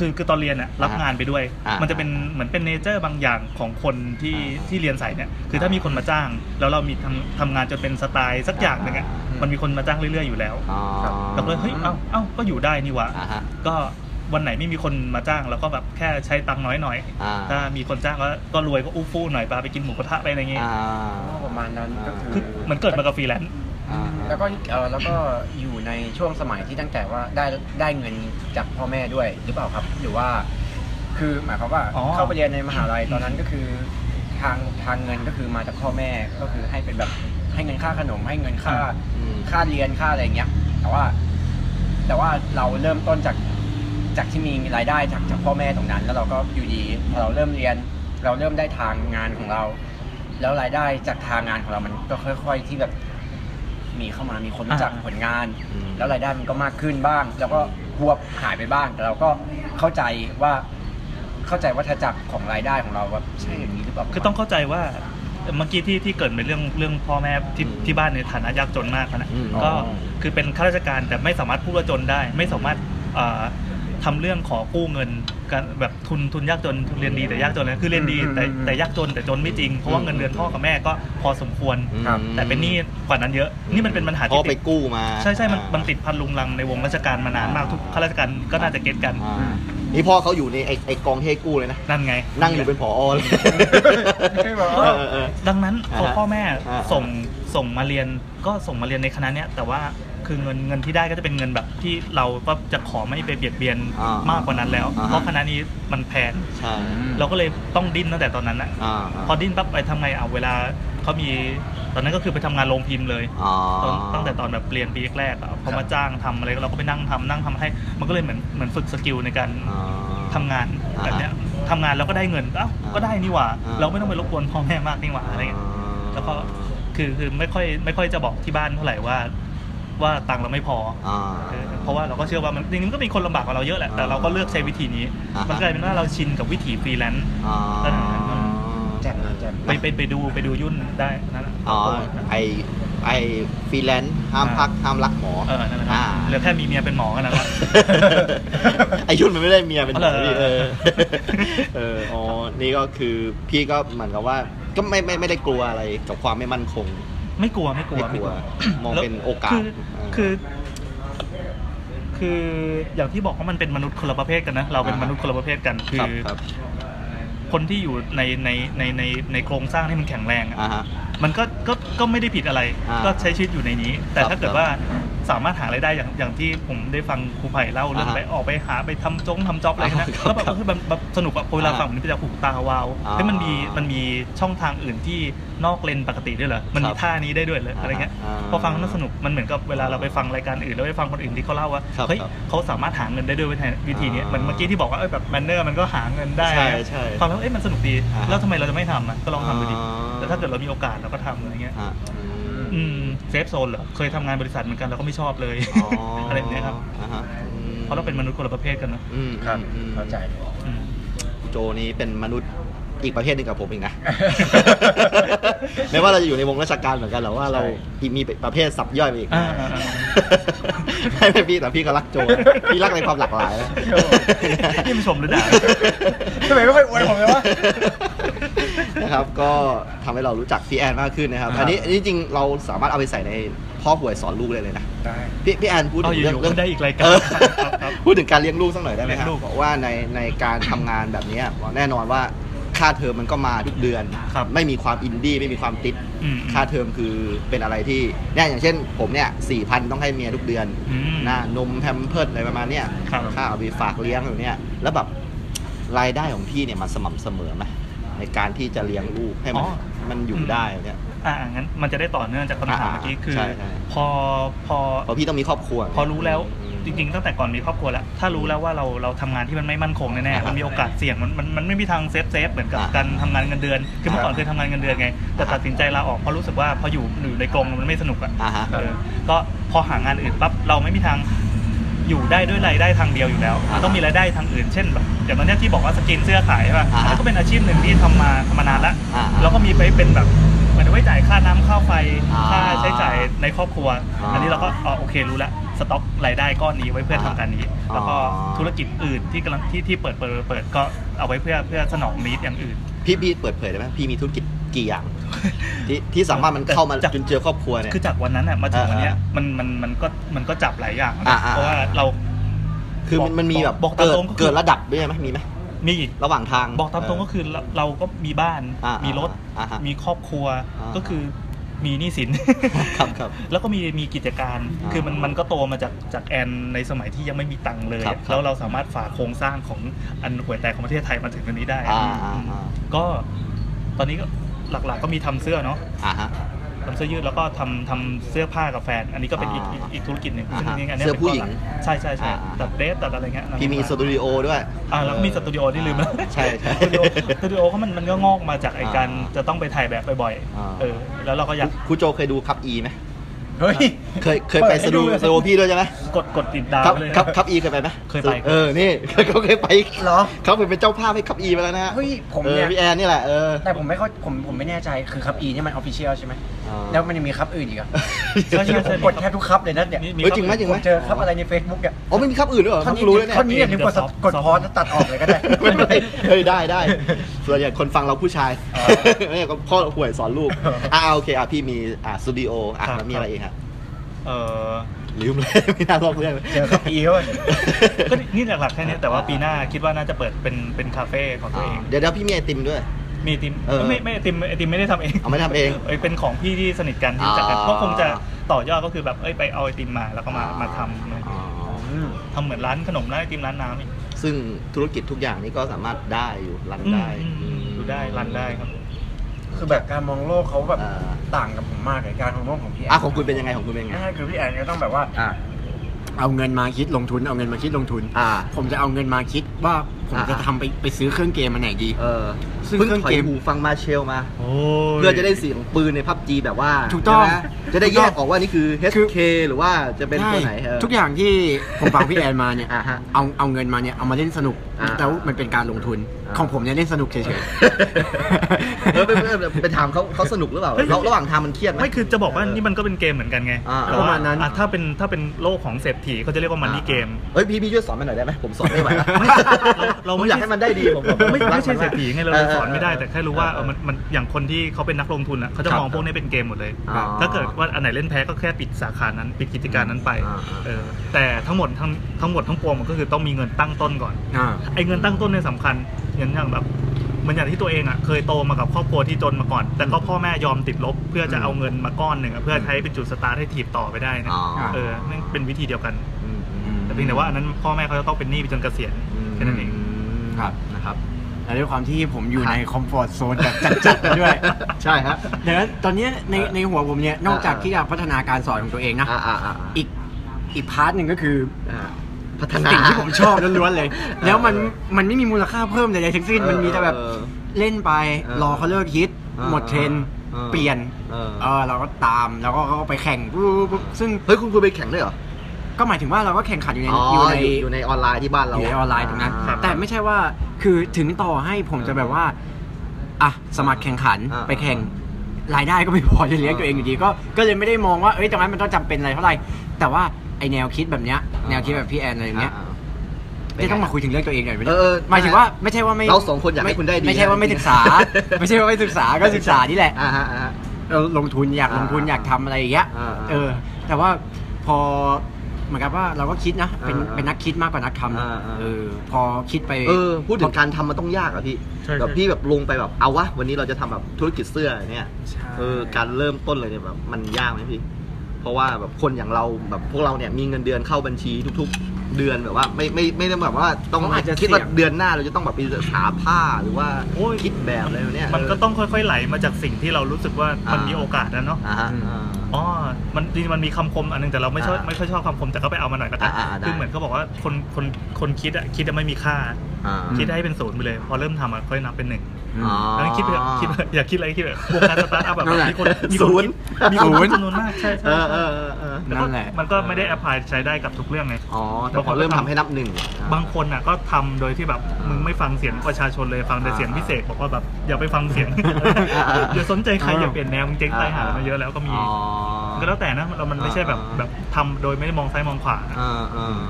คือคือตอนเรียนอะรับงานไปด้วย อ่ามั มันจะเป็นเหมือนเป็นเนเจอร์บางอย่างของคนที่ อ่า ที่เรียนสายเนี่ยคือถ้ามีคนมาจ้าง แล้วเรามีทำทำงานจนเป็นสไตล์สักอย่างหนึ่งอะ อ่า มันมีคนมาจ้างเรื่อยๆอยู่แล้ว อ๋อ เราก็เลยเฮ้ยเอ้าเอ้าก็อยู่ได้นี่หว่า อ่าฮะ ก็วันไหนไม่มีคนมาจ้างเราก็แบบแค่ใช้ตังค์น้อยหน่อย อ่า ถ้ามีคนจ้างก็ก็รวยก็อู้ฟู่หน่อยพาไปกินหมูกระทะไปอะไรเงี้ย อ่า ประมาณนั้นก็ คื คือ อ มันเกิดมากับฟรีแลนซ์ อ่า แล้วก็เอ่อแล้วก็อยู่ในช่วงสมัยที่ตั้งแต่ว่าได้ได้เงินจากพ่อแม่ด้วยหรือเปล่าครับหรือว่า คือหมายความว่า อ๋อ เข้าไปเรียนในมหาลัยตอนนั้นก็คือ ทางทางเงินก็คือมาจากพ่อแม่ก็คือให้เป็นแบบให้เงินค่าขนม ให้เงินค่า อืม ค่าเรียนค่าอะไรอย่างเงี้ย แต่ว่า แต่ว่าเราเริ่มต้นจากจากที่มีรายได้จากจากพ่อแม่ตรงนั้น แล้วเราก็อยู่ดีพอเราเริ่มเรียน เราเริ่มได้ทางงานของเรา แล้วรายได้จากทางงานของเรามันก็ค่อย ๆ ที่แบบมีเข้ามามีคนรู้จัก อ่า ผลงาน อืม แล้วรายได้มันก็มากขึ้นบ้าง แล้วก็พวบหายไปบ้าง แต่เราก็เข้าใจว่าเข้าใจวัฏจักรของรายได้ของเราว่าใช่อย่างนี้หรือเปล่า คือต้องเข้าใจว่าเมื่อกี้ที่ที่เกริดไปเรื่องเรื่องพ่อแม่ที่ อืม ที่บ้านในฐานะยากจนมากนะ อืม ก็ อ๋อ คือเป็นข้าราชการแต่ไม่สามารถพูดว่าจนได้ ไม่สามารถเอ่อทำเรื่องขอกู้เงินการแบบทุนทุนยากจนทุนเรียนดีแต่ยากจนนะคือเรียนดีแต่แต่ยากจนแต่จนไม่จริงเพราะว่าเงินเดือนพ่อกับแม่ก็พอสมควร ครับ แต่เป็นหนี้กว่านั้นเยอะ นี่มันเป็นปัญหา พ่ ที่ อไป ติด กู้มา ใช่ใช่มัน อ่า มันติดพันลุงลังในวงราชการมานานมากทุกข้าราชการก็น่าจะเก็ตกัน อ่านี่พ่อเขาอยู่ในไอ้ไอ้กองที่ให้กู้เลยนะ นั่นไง นั่งอยู่เป็นผอเลย ไม่บอก เออเออ ดังนั้นพอ อ่าฮะ พ่อแม่ อ่า ส่งส่งมาเรียนก็ส่งมาเรียนในคณะเนี้ยแต่ว่าคือเงินเงินที่ได้ก็จะเป็นเงินแบบที่เราก็จะขอไม่ไปเบียดเบียน อ่าม มากกว่านั้นแล้ว อ่าฮะ เพราะคณะนี้มันแพง ใช่ เราก็เลยต้องดิ้นตั้งแต่ตอนนั้นอะ อ่า พอดิ้นปั๊บไปทำไงเอาเวลาเขามีตอนนั้นก็คือไปทำงานโรงพิมพ์เลย อ่า ตอนตั้งแต่ตอนแบบเรียนปีแรกๆอะเขา ครั มา บ จ้างทำอะไรเราก็ไปนั่งทำนั่งทำให้มันก็เลยเหมือนเหมือนฝึกสกิลในการ อ่า ทำงาน อ่า แบบเนี้ยทำงานแล้วก็ได้เงินเอ้า อ่า ก็ได้นี่หว่า อ่า เราไม่ต้องไปรบกวนพ่อแม่มากนี่หว่าอะไรเงี้ย แล้วก็คือคือไม่ค่อยไม่ค่อยจะบอกที่บ้านเท่าไหร่ว่า ว่าตังค์เราไม่พอ อ่า เออเพราะว่าเราก็เชื่อว่ามันจริงๆมันก็มีคนลำบากกว่าเราเยอะแหละ แต่ อ่า เราก็เลือกใช้วิธีนี้ อ่ามั มันกลายเป็นว่าเราชินกับวิถีฟรีแลนซ์ อ่า ตอนนั้น แจ่มแจ่ม ไปไปไปดูไปดูยุ่นได้นั่นน่ะ อ๋อไอไอฟรีแลนซ์ห้ามพักห้ามรักหมอ เออนั่นแหละ อ่า เหลือแค่มีเมียเป็นหมอกันนแหละ *laughs* ไอยุ่นมันไม่ได้เมียเป็นหมอพี่ เอ เอ อ อเอออ๋อนี่ก็คือพี่ก็เหมือนกับว่าก็ไม่ไม่ไม่ได้กลัวอะไรกับความไม่มั่นคง ไม่กลัวไม่กลัว ไม่กลัวมอง แล้ว เป็นโอกาส คือ เออ คือ คืออย่างที่บอกว่ามันเป็นมนุษย์คนละประเภทกันนะ เราเป็น อ่าม ม นุษย์คนละประเภทกัน คื ครับ อ ครับ คนที่อยู่ในในในในในโครงสร้างที่มันแข็งแรงอะ อ่าฮะ มันก็ก็ก็ไม่ได้ผิดอะไร อ่า ก็ใช้ชีวิตอยู่ในนี้ แต่ ครับ ถ้าเกิดว่าสามารถหารายได้อย่างอย่างที่ผมได้ฟังครูไผ่เล่าเรื่อง อ่าฮะ ไปออกไปหาไปทำจงทำจ็อบอะไรนะ อ่าครับ แล้วแบบก็คือมันแบบสนุกอะพอเวลา อ่า ฟังผมนี่จะผูกตาวาว อ่า แล้ยมันมีมันมีช่องทางอื่นที่นอกเลนปกติด้วยเหรอมันคมีรับ ท่านี้ได้ด้วยเหรออะไรเงี้ย อ่า พอฟังแล้วมันสนุกมันเหมือนกับเวลาเราไปฟังรายการอื่นแล้วไปฟังคนอื่นที่เขาเล่าว่า ครับ เฮ้ย ครับ เขาสามารถหาเงินได้ด้วยวิธีวิธีเนี้ย อ่ามั มันเมื่อกี้ที่บอกว่าเอ้ยแบบแมนเนอร์มันก็หาเงินได้ ใช่ นะ ใช่ ฟังแล้วเอ้ยมันสนุกดี อ่า แล้วทำไมเราจะไม่ทำอ่ะก็ลองทำดูดิ อ่า แต่ถ้าเกิดเรามีโอกาสเราก็ทำอะไรเงี้ย ฮะอืม อืมเซฟโซนเหรอเคยทำงานบริษัทเหมือนกันเราก็ไม่ชอบเลย อ๋อ *laughs* อะไรแบบเนี้ยครับ อ่าฮะอืม เพราะเราเป็นมนุษย์คนละประเภทกันเนอะ อืม ครับ อืม เข้าใจ อืม โจนี้เป็นมนุษย์อีกประเภทหนึ่งกับผม *laughs* อีกนะ ไม่ว่าเราจะอยู่ในวงราชการเหมือนกันแต่ว่าเรา ใช่ อีกมีประเภทสับย่อยไปอีกนะ อ่าอ่าอ่า *laughs* ไม่ไม่พี่แต่พี่ก็รักโจ *laughs* นะพี่รักในความหลากหลายนะ นี่มันชมหรือ *laughs* ด่า ทำไมไม่ค่อยอวยผมเลยวะ นะครับ ก็ทำให้เรารู้จักพี่แอนมากขึ้นนะครับ ครับ อันนี้อันนี้จริงเราสามารถเอาไปใส่ในพ่อหวยสอนลูกเลยเลยนะ ได้ พี่พี่แอนพูดถึง เอาอยู่ เรื่อง ๆ เรื่อง ได้อีกรายการ เ ครับครับ พูดถึงการเลี้ยงลูกสักหน่อยได้ไหมค เลี้ รั ย บ งลูก บอกว่าในในการทำงานแบบเนี้ยแน่นอนว่าค่าเทอมมันก็มาทุกเดือน ครับ ไม่มีความอินดี้ไม่มีความติด อืม ค่าเทอมคือเป็นอะไรที่เนี่ยอย่างเช่น ผมเนี่ยสี่พันต้องให้เมียทุกเดือน อืม นะนมแพมเพิร์ดอะไรประมาณเนี้ย ครับ ค่าเอาไปฝากเลี้ยงอยู่เนี่ยแล้วแบบรายได้ของพี่เนี่ยมันสม่ำเสมอไหมในการที่จะเลี้ยงลูกให้มันมันอยู่ได้เนี่ย อ่างั้นมันจะได้ต่อเนื่องจากคำถามเมื่อกี้คือ ใช่ใช่ พอพอ เพราะพี่ต้องมีครอบครัว พอรู้แล้วจริง ๆ ตั้งแต่ก่อนมีครอบครัวแล้ว ถ้ารู้แล้วว่าเราเราทำงานที่มันไม่มั่นคงแน่ๆ มันมีโอกาสเสี่ยงมันมันมันไม่มีทางเซฟเซฟเหมือนกับ อ่า การทำงานเงินเดือน คือเมื่อก่อนเคยทำงานเงินเดือนไง แต่ตัดสินใจลาออกเพราะรู้สึกว่าพออยู่อยู่ในกรงมันไม่สนุกอ่ะ อ่าฮะ เออก็พอหางานอื่นปั๊บเราไม่มีทางอยู่ได้ด้วยรายได้ทางเดียวอยู่แล้ว อ่าฮะ ต้องมีรายได้ทางอื่น เช่นแบบอย่างตอนเนี้ยที่บอกว่าสกินเสื้อขายใช่ป่ะ อ่าฮะ ก็เป็นอาชีพหนึ่งที่ทำมาทำมานานละ อ่าฮะ แล้วก็มีไปเป็นแบบเหมือนไว้จ่ายค่าน้ำค่าไฟ อ่า ค่าใช้จ่ายในครอบครัว อ่า อันนี้เราก็อ๋อโอเครู้แล้วสต็อกรายได้ก้อนนี้ไว้เพื่อทำ อ่า การนี้ แล้วก็ อ๋อ ธุรกิจอื่นที่กำลังที่ที่เปิดเปิดเปิดเปิดก็เอาไว้เพื่อเพื่อสนองนิดอย่างอื่น พี่พี่เปิดเผยได้ไหมพี่มีธุรกิจกี่ *laughs* อย่าง ที่ที่สามารถมันเข้ามา จาก จนเจอครอบครัวเนี่ย คือจากวันนั้นน่ะมาถึงวันเนี้ย อ่า มันมันมันก็มันก็จับหลายอย่างนะ อ่าอ่า เพราะว่าเรา คือมันมันมีแบบ บอกตาม เกิด ตรงก็คือ เกิดระดับด้วยไหมมีไหม มี ระหว่างทาง บอกตามตรงก็คือเราเราก็มีบ้าน อ่ามี มีรถ อ่าฮะ มีครอบครัว อ่า ก็คือมีหนี้สิน *laughs* ครับครับ *laughs* แล้วก็มีมีกิจการ อ่า คือมันมันก็โตมาจากจากแอนในสมัยที่ยังไม่มีตังค์เลย ครับครับ แล้วเราสามารถฝ่าโครงสร้างของอันห่วยแตกของประเทศไทยมาถึงวันนี้ได้ อ่าอ่าอ่า ก็ ตอนนี้ก็หลักๆก็มีทำเสื้อเนาะ อ่าฮะ ทำเสื้อยืดแล้วก็ทำทำเสื้อผ้ากับแฟน อันนี้ก็เป็นอีก อ่า อีกอีกธุรกิจหนึ่ง อ่าฮะ ซึ่งจริงๆอันนี้ย เสื้อผู้หญิง ป็นก้อนลักใช่ใช่ใช่ อ่าอ่า ตัดเดรสตัดอะไรเงี้ย พี่มีสตูดิโอด้วย อ่าแล้วมีสตูดิโอที่ลืมแล้ว ใช่ใช่ *laughs* สตูดิโอสตูดิโอเขามันมันก็งอกมาจากไอ้การ อ่า จะต้องไปถ่ายแบบบ่อย อ่า ๆเออแล้วเราก็อยาก คุณโจเคยดูคับอีไหม เฮ้ย เคยเคยไปสตูดิโอ เปิดให้ดูเลย สตูดิโอพี่ด้วยใช่ไหม กดกดติดดาว ครับ ไว้เลย ครับ นะ คับอีเคยไปไหม เคยไป เออนี่ *laughs* เขาเคยไป เหรอ เขาเคยเป็นเจ้าภาพให้คับอีไปแล้วนะฮะ เฮ้ยผม เอ เนี่ อย พี่แอนนี่แหละเออ แต่ผมไม่เข้าผมผมไม่แน่ใจคือคับอีนี่มันออฟฟิเชียลใช่ไหม อ๋อ แล้วมันยังมีคับอื่นอีกเหรอ่ะ ใช่ใช่ใช่ กดแทบทุกคับเลยนะเนี่ย นี่ เออจริงไหมจริง ผ ไหม มเจอคับอะไรใน Facebook เนี่ย อ๋อไม่มีคับอื่นด้วยเหรอ ท่อน เพิ่ นี้ งรู้เลยเนี่ย ท่อนนี้อย่าลืมกด เดี๋ยว กด ซอฟพอสต์แล้วตัดออกเลยก็ได้ ไม่เป็นไรเฮ้ยได้ได้ส่วนใหญ่คนฟังเราผู้ชายเนี่ยก็พ่อห่วยสอนลูกอ่าโอเคอ่ะพี่มีอ่าสตูดิโออ่ะ ครับ แล้วมีอะไรอีกครับ เออ ลืมเลย *laughs* ไม่น่าลอกเรื่องเลย เจอคับอีเขา ก็นี่หลักๆแค่เนี้ยแต่ว่าปีหน้าคิดว่าน่าจะเปิดเป็นเป็นคาเฟ่ของตัว *laughs* อ่า เอง เดี๋ยวเดี๋ยวพี่มีไอติมด้วย มีไอติม เออ ไม่ไม่ไอติมไอติมไม่ได้ทำเอง เอาไม่ทำเอง เอยเป็นของพี่ที่สนิทกันที่ อ๋อ รู้จักกันก็คงจะต่อยอดก็คือแบบเอ้ยไปเอาไอติมมาแล้วก็มามาทำ อ๋อ ทำเหมือนร้านขนมร้านไอติมร้านน้ำอีก ซึ่งธุรกิจทุกอย่างนี่ก็สามารถได้อยู่รัน อืม ได้ อืมอืมดูได้รันได้ครับ คือแบบการมองโลกเขาแบบ อ่า ต่างกับผมมากเลยการมองโลกของพี่แอน อ่ะของคุณเป็นยังไงของคุณเป็นยังไง นั่นคือพี่แอนก็ต้องแบบว่า อ่ะ เอาเงินมาคิดลงทุน เอาเงินมาคิดลงทุน อ่า ผมจะเอาเงินมาคิดว่าผม อ่า จะทำไปไปซื้อเครื่องเกมมาไหนดี เออ ซึ่ง เพิ่ง เครื่อง ถอย เกม หูฟังมาเชลมา โอ้ เพื่อจะได้เสียงปืนในพับจีแบบว่า ถูกต้อง ใช่ไหมจะได้แยกออกว่านี่คือ คือ HK หรือว่าจะเป็นตัวไหนเอ ใช่ อ ทุกอย่างที่ผมฟังพี่แอนมาเนี่ย อ่าฮะ เอาเอาเงินมาเนี่ยเอามาเล่นสนุก อ่า แล้วมันเป็นการลงทุน อ่า ของผมเนี่ยเล่นสนุกเฉย เออไปไป ๆ ไปไปถามเขาเขาสนุกหรือเปล่าเราระหว่างทางมันเครียดไหม ไม่คือจะบอกว่านี่มันก็เป็นเกมเหมือนกันไง อ่า แต่ ป ว่ ระมาณนั้น อ่ถ้าเป็นถ้าเป็นโลกของเศรษฐีเขาจะเรียกว่ามันนี่เกม เฮ้ยพี่พี่ช่วยสอนมันหน่อยได้ไหมผมสอนไม่ไหวแล้ว ไม่เรา ผ ไม่ มอใช่ยากให้มันได้ดีผมผม ไม่ ผรัก ไม่ใช่ นาก เศรษฐีไงเราเลยสอนไม่ได้แต่แค่รู้ว่าเอ เอ อ อ มันมันอย่างคนที่เขาเป็นนักลงทุนอ่ะเขาจะมองพวกนี้เป็นเกมหมดเลย อ๋อ ถ้าเกิดว่าอันไหนเล่นแพ้ก็แค่ปิดสาขานั้นปิดกิจการนั้นไป อ่าอ่า เออแต่ทั้งหมดทั้งทั้งหมดทั้งปวงมันก็คือต้องมีเงินตั้งต้นก่อน อ่า ไอ้เงินตั้งต้นเนี่ยสำคัญอย่างอย่างแบบเหมือนอย่างที่ตัวเองอ่ะเคยโตมากับครอบครัวที่จนมาก่อน แต่ก็พ่อแม่ยอมติดลบ เพื่อจะเอาเงินมาก้อนหนึ่งอะเพื่อใช้เป็นจุดสตาร์ทให้ถีบต่อไปได้นะ อ๋อ ครับ เออนั่นเป็นวิธีเดียวกัน อืมอืม แต่เพียงแต่ว่าอันนั้นพ่อแม่เขาจะต้องเป็นหนี้ไปจนเกษียณแค่นั้นเอง ครับ นะครับ และด้วยความที่ผมอยู่ ครับ ในคอมฟอร์ทโซนแบบจัดๆมาด้วย ใช่ฮะ เดี๋ยวนะตอนเนี้ยใน เออ ในหัวผมเนี่ยนอกจากที่จะพัฒนาการสอนของตัวเองนะ อ่าอ่าอ่า อีกอีกพาร์ทหนึ่งก็คือ อ่าพัฒนา สิ่งที่ผมชอบล้วนๆเลย แล้วมันมันไม่มีมูลค่าเพิ่มใดๆทั้งสิ้น เออ มันมีแต่แบบ เออ เล่นไป เออ รอเขาเลิกฮิต เออ หมดเทรนด์ เออ เปลี่ยน เออ เออเราก็ตามแล้วก็เขาก็ไปแข่งปุ๊บปุ๊บปุ๊บซึ่ง เฮ้ยคุณคุณไปแข่งด้วยเหรอ ก็หมายถึงว่าเราก็แข่งขันอยู่ใน อ๋อ อ อยู่ในยู่ในอยู่ในออนไลน์ที่บ้านเรา อยู่ในออนไลน์ตรงนั้น อ่า แต่ไม่ใช่ว่าคือถึงต่อให้ผมจะแบบว่าอ่ะสมัครแข่งขัน อ่า ไปแข่งรายได้ก็ไม่พอจะเลี้ยงตัวเองอยู่ดีก็ก็เลยไม่ได้มองว่าเอ้ยตรงนั้นมันต้องจำเป็นอะไรเท่าไหร่แต่ว่าไอแนวคิดแบบเนี้ย อ่า แนวคิดแบบพี่แอนอะไรอย่างเงี้ย อ่า จะต้องมาคุยถึงเรื่องตัวเองหน่อยไหม เออเออ หมายถึงว่าไม่ใช่ว่าไม่ เราสองคนอยากให้คุณได้ดี ไม่ใช่ว่าไม่ศึก *laughs* ษา นะ ไม่ใช่ว่าไม่ศึกษาก็ศึกษานี่แหละ อ่าฮะอ่าฮะ เราลงทุนอยาก อ่า ลงทุนอยากทำอะไรอย่างเงี้ย อ่า เออ แต่ว่าพอเหมือนกับว่าเราก็คิดนะเป็น อ่าอ่า เป็นนักคิดมากกว่านักทำนะ อ่าอ่า เออ พอคิดไป เออพูดถึงการทำมันต้องยากอะพี่ ใช่ใช่ แบบพี่แบบลงไปแบบเอาวะวันนี้เราจะทำแบบธุรกิจเสื้อเนี่ย ใช่ เออการเริ่มต้นเลยเนี่ยแบบมันยากไหมพี่ เพราะว่าแบบคนอย่างเราแบบพวกเราเนี่ยมีเงินเดือนเข้าบัญชีทุก ๆ เดือนแบบว่าไม่ไม่ไม่ได้แบบว่าต้องคิดว่าเดือนหน้าเราจะต้องแบบไปหาผ้าหรือว่า โอ้ย คิดแบบอะไรแบบเนี้ย มันก็ เ ต้องค่อยๆ ไหลมาจากสิ่งที่เรารู้สึกว่ามัน อ่ามี มีโอกาสนะเนาะ อ่าฮะอ่า อ๋อ มันจริงๆมันมีคำคมอันนึงแต่เราไม่ชอบ อ่า ไม่ค่อยชอบคำคมแต่ก็ไปเอามาหน่อยละกัน อ่าอ่าได้ คือเหมือนเขาบอกว่าคนคนคนคิดอะคิดจะไม่มีค่า อ่า คิดให้เป็นศูนย์ไปเลย พอเริ่มทำอะค่อยนับเป็นหนึ่ง อื อ๋อ ม อันนั้นคิดไปเถอะคิดไปอย่าคิดอะไรคิดแบบวงการสตาร์ทอัพแบบ นั่นแหละ มีคนมีคน ศูน คิ ย์ ดมีคศูนนย์ คิดจำนวนมากใช่ใช่ เออเอ ใช่ อเออเออ แต่ก็ นั่นแหละ มันก็ไม่ได้แอพพลายใช้ได้กับทุกเรื่องไง อ๋อแต่พอเริ่มทำให้นับหนึ่ง บางคนน่ะก็ทำโดยที่แบบมึงไม่ฟังเสียงประชาชนเลยฟังแต่เสียงพิเศษบอกว่าแบบอย่าไปฟังเสียง อย่าสนใจใครอย่าเปลี่ยนแนวมึงเจ๊งตายหามาเยอะแล้วก็มี อ๋อ ก็แล้วแต่นะเรามันไม่ใช่แบบ อ่า แบบทำโดยไม่ได้มองซ้ายมองขวานะ อ่าอ่า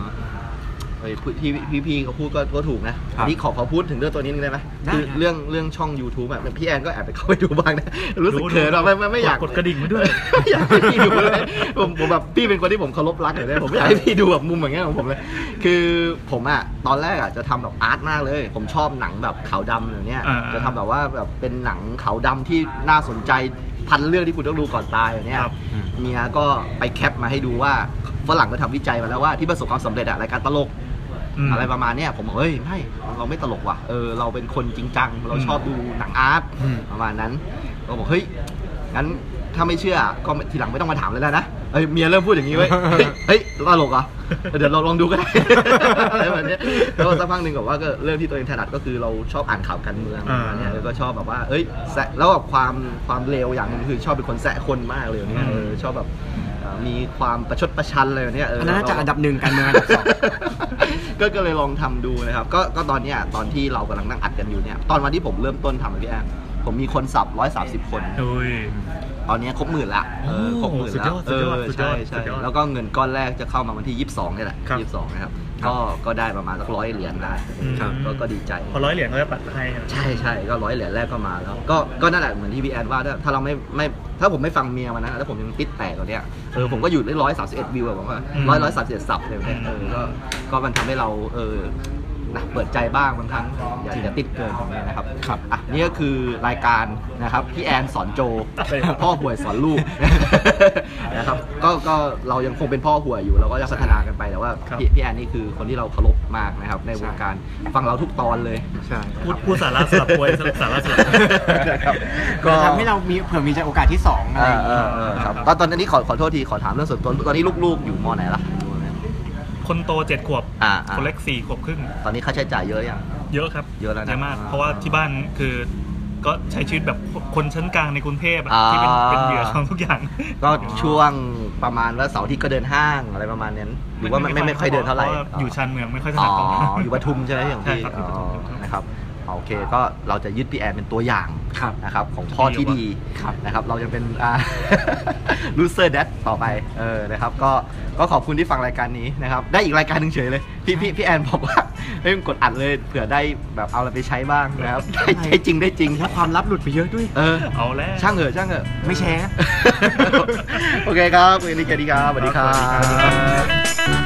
เฮ้ยพูดพี่พี่พี่เขาพูดก็ก็ถูกนะครับ พี่ขอขอพูดถึงเรื่องตัวนี้นึงได้ไหม ได้ คื ครับ เรื่องเรื่องช่อง YouTube แบบพี่แอนก็แอบไปเข้าไปดูบ้างนะ *laughs* รู้สึก ดู เขินเราไม่ไม่ไม่อยาก กดกระดิ่งไว้ด้วย ไม่อยากให้พี่ดูเลย *laughs* ผมผมแบบพี่เป็นคนที่ผมเคารพรักเลยนะผมไม่อยากให้พี่ดูแบบมุมอย่างเงี้ยของผมเลย คือผมอ่ะตอนแรกอ่ะจะทำแบบอาร์ตมากเลย ผมชอบหนังแบบขาวดำอย่างเนี้ย อ่า จะทำแบบว่าแบบเป็นหนังขาวดำที่น่าสนใจพันเรื่องที่คุณต้องดูก่อนตายอย่างเนี้ย ครับ เมียก็ไปแคปมาให้ดูว่าฝรั่งก็ทำวิจัยมาแล้วว่าที่ประสบความสำเร็จอะรายการตลก อืม อะไรประมาณเนี้ยผมบอกเฮ้ยไม่เราไม่ตลกว่ะเออเราเป็นคนจริงจัง เรา อืม ชอบดูหนังอาร์ต อืม ประมาณนั้นเราบอกเฮ้ยงั้นถ้าไม่เชื่อก็ไม่ทีหลังไม่ต้องมาถามเลยแล้วนะเอ้ยเมียเริ่มพูดอย่า *laughs* งนี้เว้ยเฮ้ยเฮ้ยตลกเหรอเดี๋ยวเราลองดูก็ได้ *laughs* อะไรแบบเนี้ยแล้วสักพักหนึ่งบอกว่าก็เรื่องที่ตัวเองถนัดก็คือเราชอบอ่านข่าวการเมืองปอ่าระมาณเนี้ย แล้วก็ชอบแบบว่า เอ้ยแซะแล้วแบบความความเลวอย่างหนึงคือชอบเป็นคนแซะคนมากเลยเนี่ยเออชอบแบบเอ่อมีความประชดประชันเลยเนี่ยเออ อันนั้นน่าจะอันดับหนึ่งการเมืองอันดับสอง ก็ก็เลยลองทำดูนะครับ ก็ก็ตอนเนี้ยตอนที่เรากำลังนั่งอัดกันอยู่เนี่ย ตอนวันที่ผมเริ่มต้นทำอะพี่แอนผมมีคนสับร้อยสาสิบคน โอ้ย ตอนเนี้ยครบหมื่นละเออครบหมื่น สุด ละ ยอดสุ เอ ดยอด อ สุดย ใช่ อด ใช่ สุดยอด แล้วก็เงินก้อนแรกจะเข้ามาวันที่ 22นี่แหละ ครับ 22นะครับ ครับ ก็ก็ได้ประมาณสักร้อยเหรียญได้ ครับ ก็ก็ดีใจ พอร้อยเหรียญเขาจะปัดให้นะ ใช่ใช่ก็ร้อยเหรียญแรกก็มาแล้ว ก็ก็นั่นแหละเหมือนที่พี่แอนว่าถ้าถ้าเราไม่ไม่ถ้าผมไม่ฟังเมียมันนะแล้วผมยังติดแตกตัวเนี้ยเออผมก็อยู่ได้ร้อยสามสิบเอ็ดวิวอะผมว่า อืม ร้อยร้อยสามสิบเอ็ดสับเลยเนี่ยเออก็ก็มันทำให้เราเออนะเปิดใจบ้างบางครั้งอย่าอย่าติดเกินตรงนี้นะครับ ครับ อ่ะนี่ก็คือรายการนะครับพี่แอนสอนโจ ใช่ครับ พ่อห่วยสอนลูก นะครับก็ก็เรายังคงเป็นพ่อห่วยอยู่เราก็จะพัฒนากันไปแต่ว่า ครับ พี่พี่แอนนี่คือคนที่เราเคารพมากนะครับในวงการฟังเราทุกตอนเลย ใช่ พูดพูดสาระสลับปวยสลับสาระสลับ นะครับ ก็ทำให้เรามีเผื่อมีโอกาสที่สองอะไร เอ่ อย่างเงี้ยอเอ่อเอ่อครับตอนตอนนี้ขอขอโทษทีขอถามเรื่องส่วนตัวตอนนี้ลูกๆ อยู่มอไหนล่ะ คนโตเจ็ดขวบ อ่าอ่า คนเล็กสี่ขวบครึ่ง ตอนนี้ค่าใช้จ่ายเยอะยัง เยอะครับ เยอะแล้วนะ เยอะมาก อ่า เพราะว่าที่บ้านคือก็ใช้ชีวิตแบบคนชั้นกลางในกรุงเทพอะ อ่า ที่เป็นเป็นเหยื่อของทุกอย่าง ก็ช่วงประมาณว่าเสาร์อาที่ก็เดินห้างอะไรประมาณนั้นหรือว่ามันไม่ไม่ค่อยเดินเท่าไหร่ พะว่อยู่ชานเมืองไม่ค่อยถ อ๋ นั อ ดเท่าไหร่ อยู่ปทุมใช่ไหมอย่าง ใช่ ที่ ครับ อ๋ ยู่ปทุอมอยู่ปทุม นะครับโอเคก็เราจะยึดพี่แอนเป็นตัวอย่าง ครับ นะครับของพ่อที่ดี ครับ นะครับเรา *laughs* ยังเป็นลูเซอร์เดดต่อไปเออนะครับก็ก็ขอบคุณที่ฟังรายการนี้นะครับได้อีกรายการหนึ่งเฉยเลยพี่พี่พี่แอนบอกว่า *laughs* เฮ้ยมึงกดอัดเลยเผื่อได้แบบเอาอะไรไปใช้บ้างนะครับได้ใช้จริงได้จริง แล้วความลับหลุดไปเยอะด้วย เออ เอาแล้ว ช่างเถอะช่างเถอะ *laughs* ไม่แชร์ โอเคครับวันนี้แค่นี้ครับสวัสดีครั ครับสวัสดีครับ บ